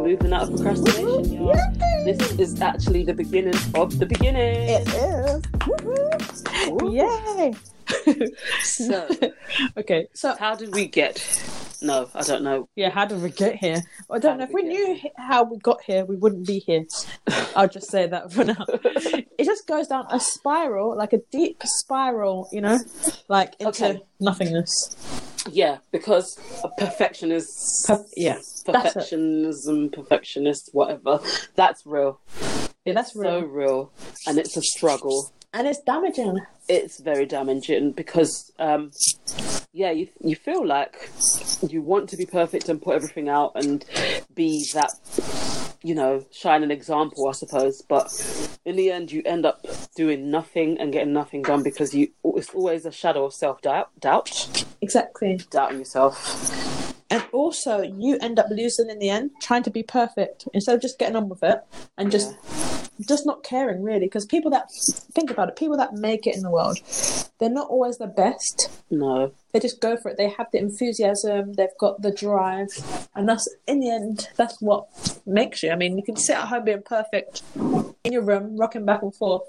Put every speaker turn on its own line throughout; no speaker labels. moving out of procrastination, y'all. This is actually the beginning of the beginning.
It is.
Ooh.
Yay.
So,
Okay. So,
how did we get? No, I don't know.
yeah, how did we get here? I
How
don't know.
did
If
we get
we knew h- how we got here, we wouldn't be here. I'll just say that for now. It just goes down a spiral, like a deep spiral, you know, like into
Okay.
nothingness.
Yeah, because a perfectionist,
Per- yeah. That's it.
perfectionism, perfectionist, whatever. That's real.
Yeah, that's
So
real.
real, and it's a struggle.
And it's damaging.
It's very damaging because, um, yeah, you you feel like you want to be perfect and put everything out and be that, you know, shine an example, I suppose. But in the end, you end up doing nothing and getting nothing done because you it's always a shadow of self doubt, doubt,
Exactly.
doubting yourself.
And also, you end up losing in the end, trying to be perfect instead of just getting on with it and just just not caring really. Because people that think about it, people that make it in the world, they're not always the best.
No,
They just go for it. They have the enthusiasm. They've got the drive, and that's in the end. That's what makes you. I mean, you can sit at home being perfect in your room, rocking back and forth,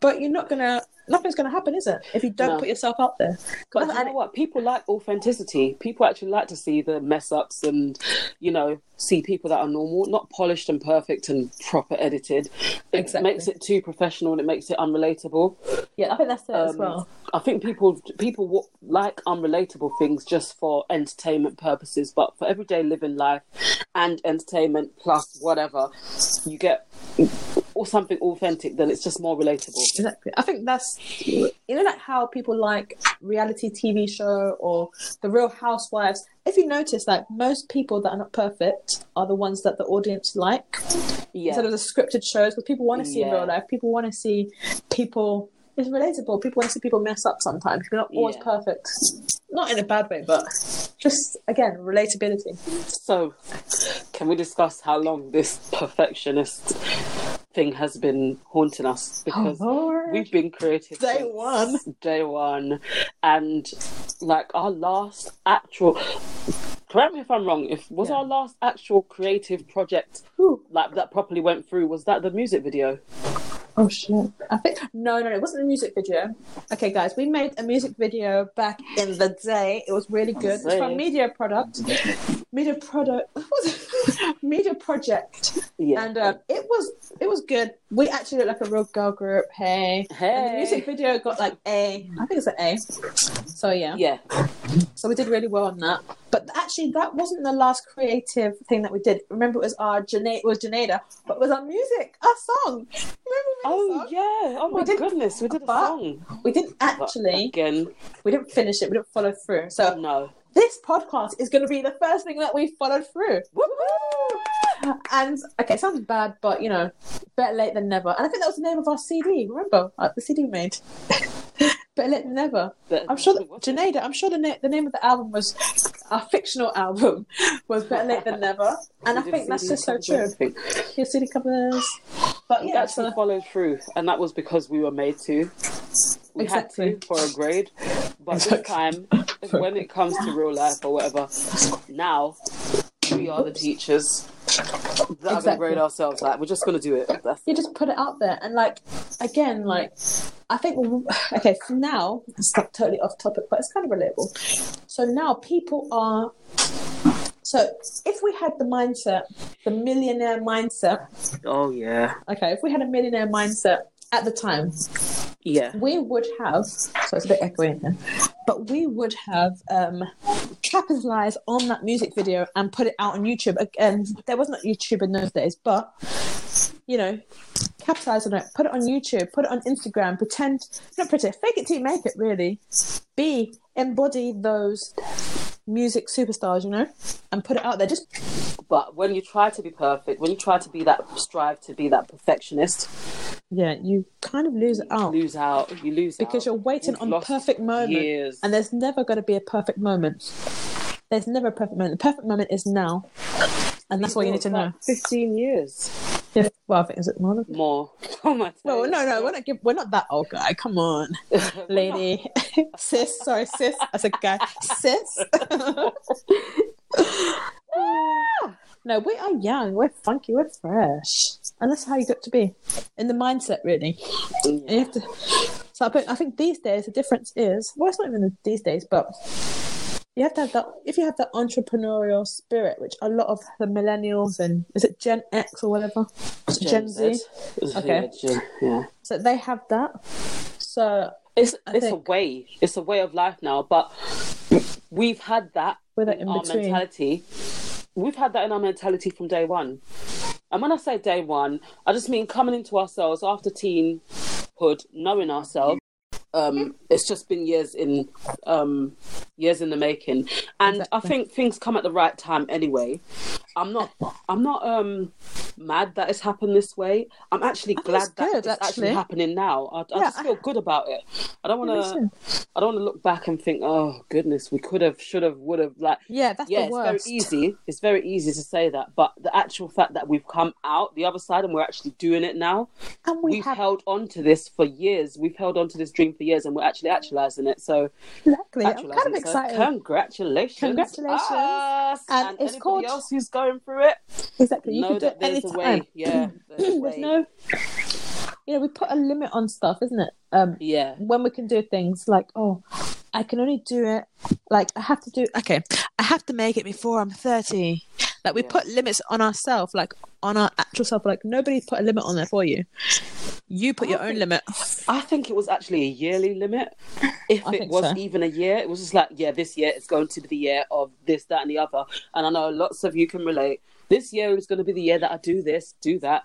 but you're not gonna. Nothing's gonna happen, is it? If you don't
No.
put yourself out there.
But
And
you know what? People like authenticity. People actually like to see the mess ups and, you know, see people that are normal, not polished and perfect and proper edited. It
Exactly.
makes it too professional and it makes it unrelatable.
Yeah, I think that's it as
Um,
well.
I think people people wa- like unrelatable things just for entertainment purposes, but for everyday living life and entertainment plus whatever, you get or something authentic, then it's just more relatable.
Exactly. I think that's you know like how people like reality TV show or the Real Housewives. If you notice, like most people that are not perfect are the ones that the audience like
Yeah.
instead of the scripted shows because people want to see
Yeah.
real life. People want to see people. It's relatable. People want to see people mess up sometimes. We're not always
Yeah.
perfect. Not in a bad way, but just again relatability.
So, can we discuss how long this perfectionist thing has been haunting us? Because we've been creative
Oh, Day
since
one.
day one, and like our last actual. Correct me if I'm wrong. If was
Yeah.
our last actual creative project
Whew.
like that properly went through? Was that the music video?
Oh shit! I think no, no, no, it wasn't a music video. Okay, guys, we made a music video back in the day. It was really good. It's
Say.
from Media Product, Media Product, Media Project,
Yeah.
and um, it was it was good. We actually looked like a real girl group. Hey, and the
Hey.
music video got like A. I think it's an A. So yeah,
yeah.
so we did really well on that. But actually, that wasn't the last creative thing that we did. Remember, it was our Janae, it was Janeda, but it was our music, our song. Remember, we made a
Oh
song?
yeah. Oh
We
my
did-
goodness. We did a
but-
song.
We didn't
But
actually,
again,
we didn't finish it, we didn't follow through. So
no.
this podcast is going to be the first thing that we followed through. And okay, it sounds bad, but you know, better late than never. And I think that was the name of our CD. Remember uh, the CD we made. better late than never.
But-
I'm sure that Janeda. I'm sure the, na- the name of the album was our fictional album was better late than never. And I
We did
think that's
CD
just so
covers,
true.
everything.
Your CD covers, but
We
yeah,
actually
so-
followed through, and that was because we were made to. We
Exactly.
had to for a grade, but
Exactly.
this time, when it comes to real life or whatever, now we are the teachers that are going to
Exactly.
grade ourselves. Like we're just going to do it. That's
you just put it out there and like again like i think okay for now it's not totally off topic but it's kind of relatable so now people are so if we had the mindset the millionaire mindset
oh yeah,
okay if we had a millionaire mindset at the time
yeah,
we would have so it's a bit echoey in here but we would have um capitalized on that music video and put it out on youtube again there wasn't youtube in those days but you know capitalize on it put it on youtube put it on instagram pretend not pretend fake it till you make it really be embody those music superstars you know and put it out there just
But when you try to be perfect, when you try to be that, strive to be that perfectionist,
yeah you kind of lose it
you
out
lose out. You lose
Oh. because
out.
you're waiting
We've
on the
lost
perfect moment
years.
and there's never going to be a perfect moment there's never a perfect moment the perfect moment is now and that's what you need to know
Fifteen years
yeah, well i think is it more than
more. Oh my.
well, no, no, we're not. Give, we're not that old guy. Come on, lady, sis. Sorry, sis. I said guy, sis. No, we are young, we're funky, we're fresh. And that's how you got to be in the mindset, really. And you have to, so I, think- I think these days, the difference is well, it's not even these days, but you have to have that, if you have that entrepreneurial spirit, which a lot of the millennials and is it Gen X or whatever? Gen, Z. Okay.
Yeah, Gen- yeah.
So they have that. So it's, I
it's a
think
way. It's a way of life now. But we've had that
With it in
our
between.
mentality. We've had that in our mentality from day one. And when I say day one, I just mean coming into ourselves after teenhood, knowing ourselves. Um, it's just been years in um, years in the making, and I
Exactly.
think things come at the right time anyway. I'm not I'm not um, mad that it's happened this way. I'm actually
think
glad
it's
that
good,
it's actually
actually.
happening now. I, I
Yeah,
just feel good about it. I don't
Yeah, me
want to. I don't want to look back and think, oh goodness, we could have, should have, would have. Like,
yeah, that's
yeah,
the
it's
worst.
very easy. It's very easy to say that, but the actual fact that we've come out the other side and we're actually doing it now,
And we
we have
have
held on to this for years. We've held on to this dream for years, and we're actually actualizing it. So,
exactly. I'm
actualizing
kind
it.
of
So
excited.
Congratulations,
Congratulations.
us
And
and,
it's
anybody
called-
else who's going through it.
exactly, you
know
can do it
that
any
there's a way.
time.
Yeah, there's, a
There's
way.
no, you know, we put a limit on stuff, isn't it? Um,
Yeah,
when we can do things like, oh, I can only do it, like I have to do. Okay, I have to make it before I'm thirty. Like we
Yeah.
put limits on ourselves, like on our actual self. Like nobody put a limit on there for you. You put
I
your own
think-
limit.
I think it was actually a yearly limit. If
I
it
think
was
so.
even a year, it was just like, yeah, this year is going to be the year of this, that, and the other. And I know lots of you can relate. This year is going to be the year that I do this, do that.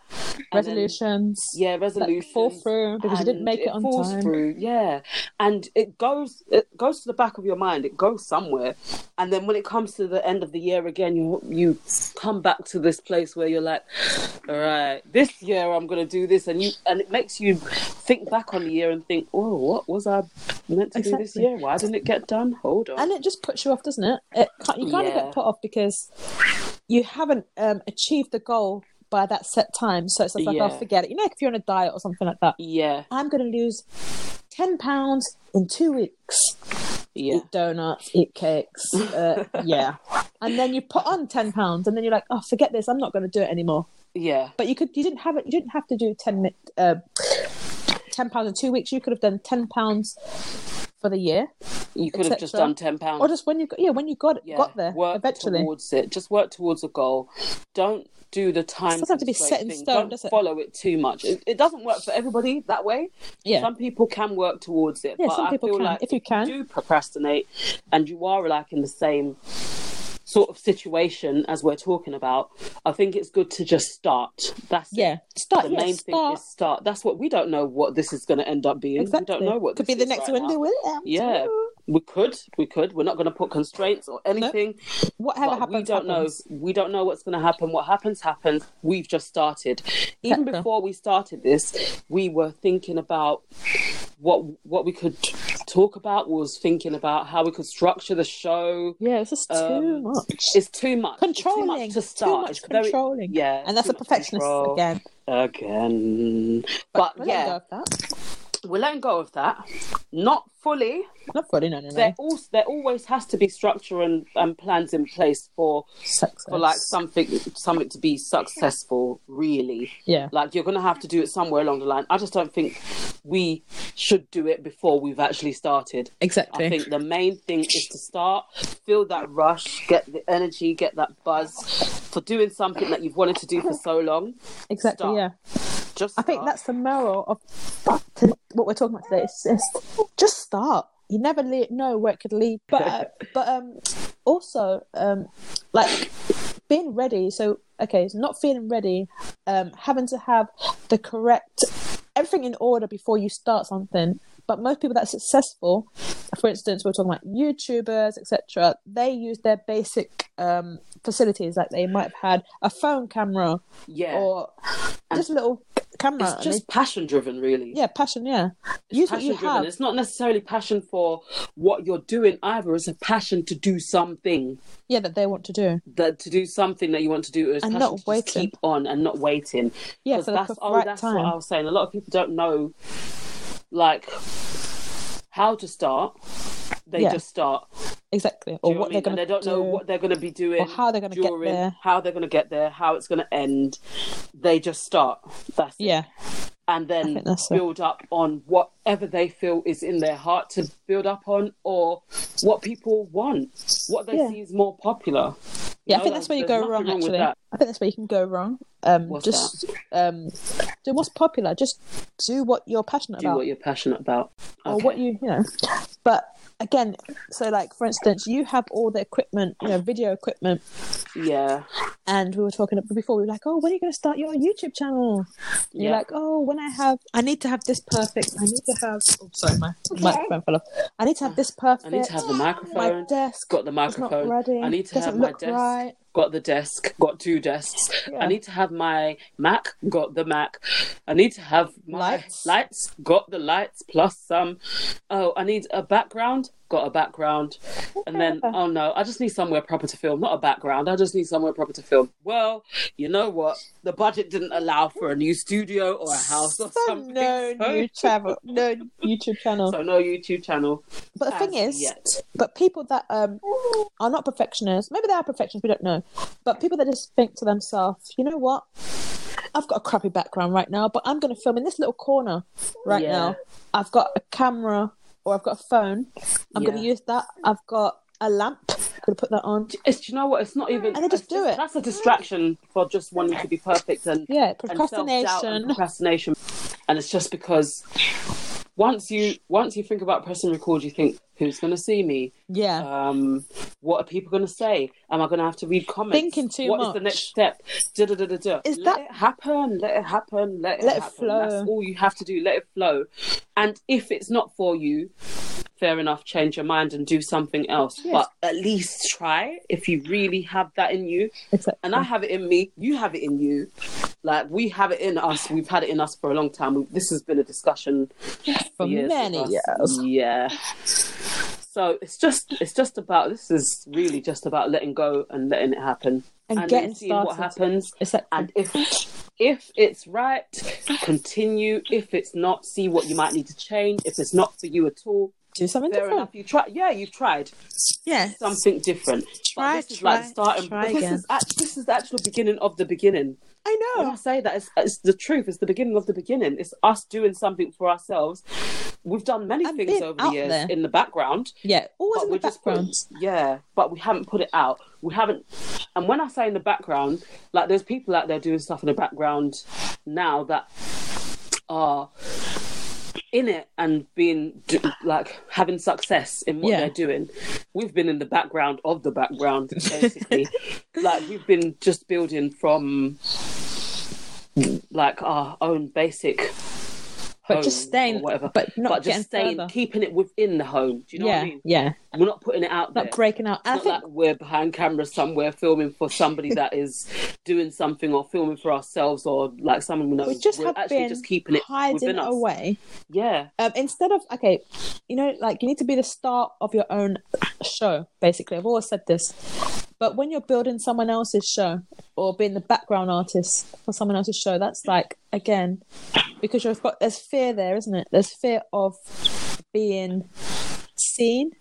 And then-
Resolutions.
yeah, resolution.
fall through because you didn't make it on
falls
time.
Through, yeah, and it goes it goes to the back of your mind. It goes somewhere, and then when it comes to the end of the year again, you you come back to this place where you're like, all right, this year I'm gonna do this, and you and it makes you think back on the year and think, oh, what was I meant to do this
Exactly.
year? Why didn't it get done? Hold on.
and it just puts you off, doesn't it? It can't, you kind of
Yeah.
get put off because you haven't um, achieved the goal by that set time. So it's just like, oh,
Yeah.
forget it. You know, like if you're on a diet or something like that,
yeah,
I'm going to lose ten pounds in two weeks.
yeah,
Eat donuts, eat cakes, uh, yeah. And then you put on ten pounds, and then you're like, oh, forget this. I'm not going to do it anymore.
yeah,
But you could, you didn't have it. You didn't have to do ten mi- uh, ten pounds in two weeks. You could have done ten pounds for the year,
you could have just
Etc.
done ten pounds.
or just when you got yeah when you got
yeah,
got there
work
eventually.
towards it. Just work towards a goal. Don't do the time.
doesn't have to be
constraint
set in
thing.
stone,
Don't
does it?
Follow it too much. It, it doesn't work for everybody that way.
Yeah.
Some people can work towards it.
Yeah,
but
some
I
people
feel
can.
Like
If you can.
do procrastinate, and you are like in the same sort of situation as we're talking about, I think it's good to just start. That's it.
Yeah, start.
The
yeah,
main
start.
thing is start. That's what we don't know what this is going to end up being.
exactly.
We don't know what
could
this
be the
is
next
right
window.
now.
Will it?
Yeah, we could, we could. We're not going to put constraints or anything
Whatever
but
happens,
we don't
happens.
know we don't know what's going to happen what happens happens we've just started even
Exactly.
before we started this we were thinking about what what we could talk about was thinking about how we could structure the show
Yeah, it's just too
Um,
much.
it's too much It's
controlling.
too much to start
much
It's very-
controlling.
yeah
and that's
too
a
much
perfectionist
control.
again.
again but,
We'll let
yeah
go of that.
we're letting go of that not fully
Not fully. No, no,
there
no.
also there always has to be structure and, and plans in place for
Success.
for like something something to be successful really
Yeah.
like you're gonna have to do it somewhere along the line i just don't think we should do it before we've actually started
Exactly.
i think the main thing is to start feel that rush get the energy get that buzz for doing something that you've wanted to do for so long
exactly.
start.
Yeah.
just
I think
start.
that's the moral of to what we're talking about today. It's just, just start. You never le- know where it could lead, but uh, but um, also um, like being ready. So okay, so not feeling ready, um, having to have the correct everything in order before you start something. But most people that are successful, for instance, we're talking about YouTubers, etc. They use their basic um, facilities, like they might have had a phone camera
yeah
or uh, just a little c- camera.
it's
and
just passion driven really
they- yeah, passion. Yeah,
It's
use what
passion
you
driven.
have.
It's not necessarily passion for what you're doing either. It's a passion to do something.
Yeah, that they want to do.
that to do something that you want to do is
And
passion
not
to just
waiting.
keep on and not waiting.
Yeah,
'Cause
for the
that's
perfect
oh, that's what
time.
I was saying. A lot of people don't know like how to start. They
Yeah.
just start,
exactly,
Do
or
you know
what
I mean?
they're going
And
to
they don't know what they're going to be doing,
or how they're going to get
during,
there.
how they're going to get there, how it's going to end. They just start. That's it.
Yeah,
and
I
then
think that's it.
build up on whatever they feel is in their heart to build up on, or what people want, what they
Yeah.
see is more popular.
yeah. I
know,
think that's where you
there's
go wrong.
nothing with
Actually,
that.
I think that's where you can go wrong. Um,
What's
just um, do what's popular. Just do what you're passionate
Do
about.
what you're passionate about.
or
Okay.
what you you know but again so like for instance you have all the equipment you know video equipment
yeah,
and we were talking about before we were like oh when are you going to start your youtube channel And you're
Yeah.
like oh when i have i need to have this perfect i need to have oh sorry my microphone fell off i need to have this perfect
I need to have the
my
microphone.
desk
Got the
is not
microphone.
ready
I need to
doesn't
have my
look
desk.
right
Got the desk. Got two desks.
Yeah.
I need to have my Mac. Got the Mac. I need to have my
Lights.
lights, Got the lights plus some. Oh, I need a background. Got a background. And then
Yeah.
oh no, I just need somewhere proper to film. Not a background. I just need somewhere proper to film. Well, you know what? The budget didn't allow for a new studio or a house or
so
something.
no
so-
new travel no youtube channel
So no YouTube channel.
but the thing
as
is
yet.
but people that um, are not perfectionists, maybe they are perfectionists, we don't know, but people that just think to themselves, you know what? I've got a crappy background right now, but I'm going to film in this little corner right
Yeah.
now. I've got a camera or I've got a phone. I'm going to
Yeah.
use that. I've got a lamp. I'm going to put that on.
it's do you know what it's not even
And they just
it's
do it.
that's a distraction for just wanting to be perfect and
Yeah,
and self-doubt and
procrastination.
procrastination and it's just because once you once you think about pressing record you think who's going to see me
Yeah.
um what are people going to say am i going to have to read comments
Thinking too
What is the
much.
next step da, da, da, da, da.
Is
let
that-
it happen let it happen let it,
Let it
happen. that's
flow.
all you have to do let it flow and if it's not for you fair enough, change your mind and do something else.
Yes.
But at least try if you really have that in you.
Exactly.
And I have it in me, you have it in you. Like we have it in us. We've had it in us for a long time. We- This has been a discussion
for
years with
many
us.
years.
Yeah. So it's just it's just about this is really just about letting go and letting it happen
And,
then
getting
seeing
started.
what happens.
Exactly.
And if if it's right, continue. If it's not, see what you might need to change. If it's not for you at all,
do something
Fair
different.
enough. You try. Yeah, you've tried
Yeah.
something different. but
Try,
this is
try,
like starting.
try
but this
again.
is act, this is the actual beginning of the beginning.
I
When I
know.
say that, it's, it's the truth. It's the beginning of the beginning. It's us doing something for ourselves. We've done many
And
things
being
over the
out
years
there.
in the background,
Yeah. Always
but
in
we're
the
just putting-
background.
yeah, but we haven't put it out. We haven't. And when I say in the background, like there's people out there doing stuff in the background now that are in it and being do- like having success in what
Yeah.
they're doing. We've been in the background of the background, basically. like we've been just building from like our own basic.
But just
home or
staying-
whatever.
but not
but just
getting
staying,
further.
keeping it within the home. Do you know
yeah.
what I mean?
Yeah.
We're not putting it out there.
Not breaking out. And I
It's
think
not like we're behind camera somewhere filming for somebody that is doing something or filming for ourselves or like someone we know.
we just
We're
have
actually
been
just keeping it
hiding
within
it
us.
away.
Yeah,
Um, instead of okay, you know, like you need to be the star of your own show. Basically, I've always said this. But when you're building someone else's show or being the background artist for someone else's show, that's like again because you've got there's fear there, isn't it? There's fear of being seen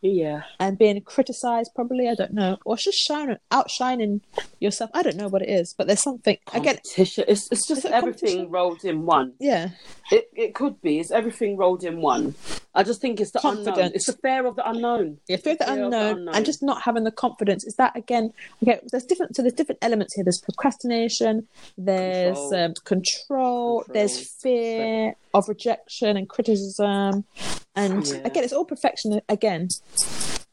yeah,
and being criticized probably i don't know or just shine outshining yourself i don't know what it is but there's something again
competition. It's it's just
Is it
everything
competition?
rolled in one.
yeah
It it could be. It's everything rolled in one. I just think it's the unknown.
Confidence.
It's the fear of the unknown.
Yeah, fear of the
Fear of
unknown,
the unknown.
and just not having the confidence. Is that again? Okay, there's different. So there's different elements here. There's procrastination. There's
Control.
um, control, There's fear of rejection and criticism, and
Yeah.
again, it's all perfection again,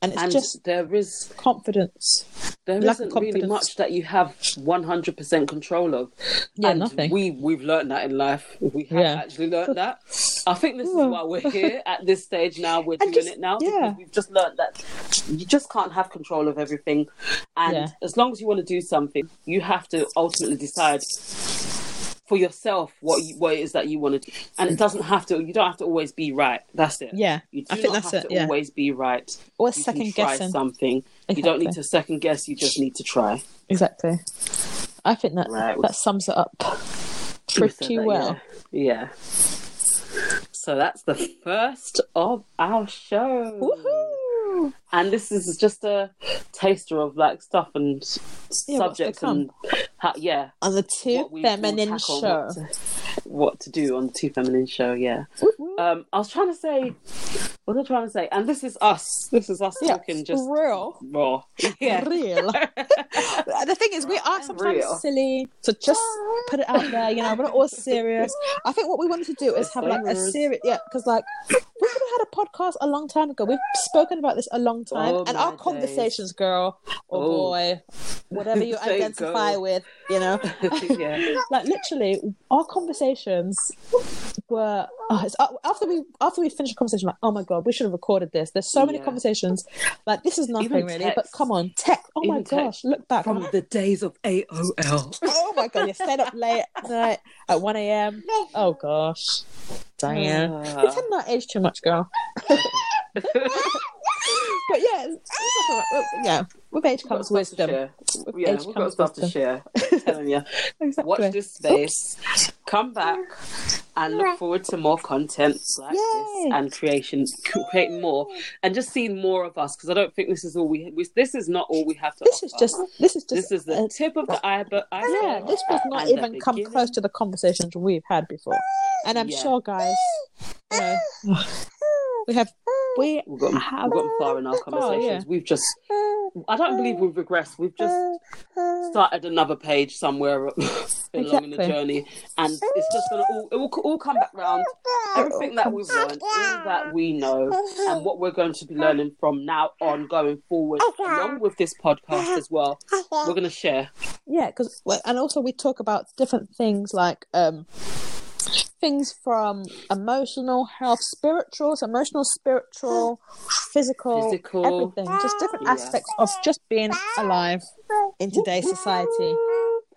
and it's
And
just
there is
confidence.
there
lack of
isn't really
confidence.
much that you have 100% control of.
Yeah,
and
nothing.
We, we've learned that in life. We have
Yeah.
actually learned that. I think this is
Yeah.
why we're here at this stage now. We're doing
And just-
it now.
yeah.
because We've just learned that you just can't have control of everything. And
Yeah.
as long as you want to do something, you have to ultimately decide for yourself what you, what it is that you want to do. And it doesn't have to, you don't have to always be right. That's it.
Yeah,
You do
I think
not
that's
have
it.
to
Yeah,
always be right.
or
You can
second
try
guessing.
something. You don't need to
Exactly.
second guess. You just need to try.
Exactly. I think that
Right.
that sums it up
You said
pretty
that,
well.
Yeah. yeah. So that's the first of our show.
Woohoo!
and this is just a taster of like stuff and s-
Yeah, what's to
subjects and how, yeah,
on the Too
what we will
Feminine
tackle,
Show.
What to, what to do on the Too Feminine Show? Yeah. Um, I was trying to say, what was I trying to say? And this is us. This is us
Yeah,
talking just
real.
raw. Yeah.
Real. the thing is, we are sometimes
Real.
silly, so just put it out there. You know, we're not all serious. I think what we wanted to do is
It's
have
so
like a
rude.
serious, yeah, because like we could have had a podcast a long time ago. We've spoken about this a long time,
Oh,
and
my
our
days.
conversations, girl or
Oh.
boy, whatever you
Say
identify
girl.
with, you know,
yeah.
like literally our conversations were oh, it's, after we after we finished the conversation like oh my god we should have recorded this there's so many
Yeah.
conversations like this is nothing
Even
really
text.
but come on tech oh my
Even text.
gosh look back
From the days of AOL.
oh my god you stayed up late at night at 1am oh gosh Uh. Diane
Ah.
pretend that age too much girl but yeah it's- yeah with age comes
We've got stuff to
wisdom
share. Yeah,
age
we've got
comes
stuff to
wisdom.
share. I'm telling you. Watch this space. Come back and look forward to more content like
Yay.
this and creation, creating more, and just seeing more of us because I don't think this is all we, we. This is not all we have to.
this is
offer.
just this is just
This is the
uh,
tip of the iceberg.
Yeah, this was
and
not
the
even come
beginning.
close to the conversations we've had before. And I'm
Yeah.
sure, guys, you know, we have we
We've gotten,
have
we've gotten far in our conversations.
yeah.
We've just, I don't believe we've regressed. We've just
Oh,
started another page somewhere along in the
Exactly.
journey, and it's just gonna all, it will c- all come back round. Everything that we've learned, all that we know, and what we're going to be learning from now on going forward, along with this podcast as well, we're going to share.
yeah, because and also we talk about different things like um things from emotional health, spiritual, so emotional, spiritual, physical,
Physical.
everything, just different
Yeah.
aspects of just being alive in today's society.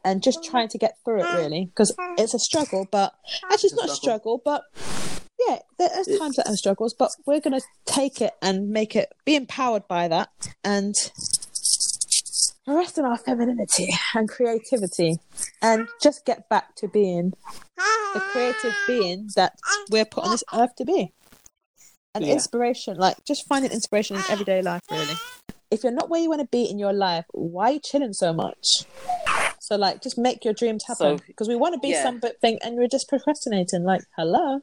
and just trying to get through it really because it's a struggle but actually it's
It's a
not a struggle but yeah there's
It's-
times that are struggles but we're going to take it and make it be empowered by that and rest in our femininity and creativity and just get back to being the creative being that we're put on this earth to be and
Yeah.
inspiration like just finding inspiration in everyday life really if you're not where you want to be in your life why are you chilling so much so like just make your dreams happen
So-
because we want to be
yeah.
something and we're just procrastinating like hello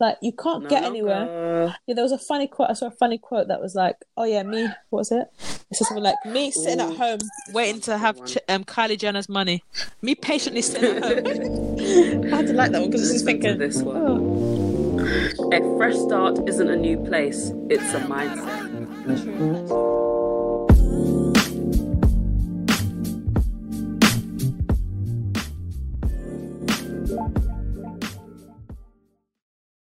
like you can't get anywhere
anywhere.
yeah, there was a funny quote. I saw a funny quote that was like, "Oh yeah, me. What was it? It says something like me sitting
Ooh,
at home waiting to have ch- um, Kylie Jenner's money. Me patiently sitting at home. I had to like that one because I was just thinking.
this one.
Oh,
A fresh start isn't a new place, it's a mindset.
true.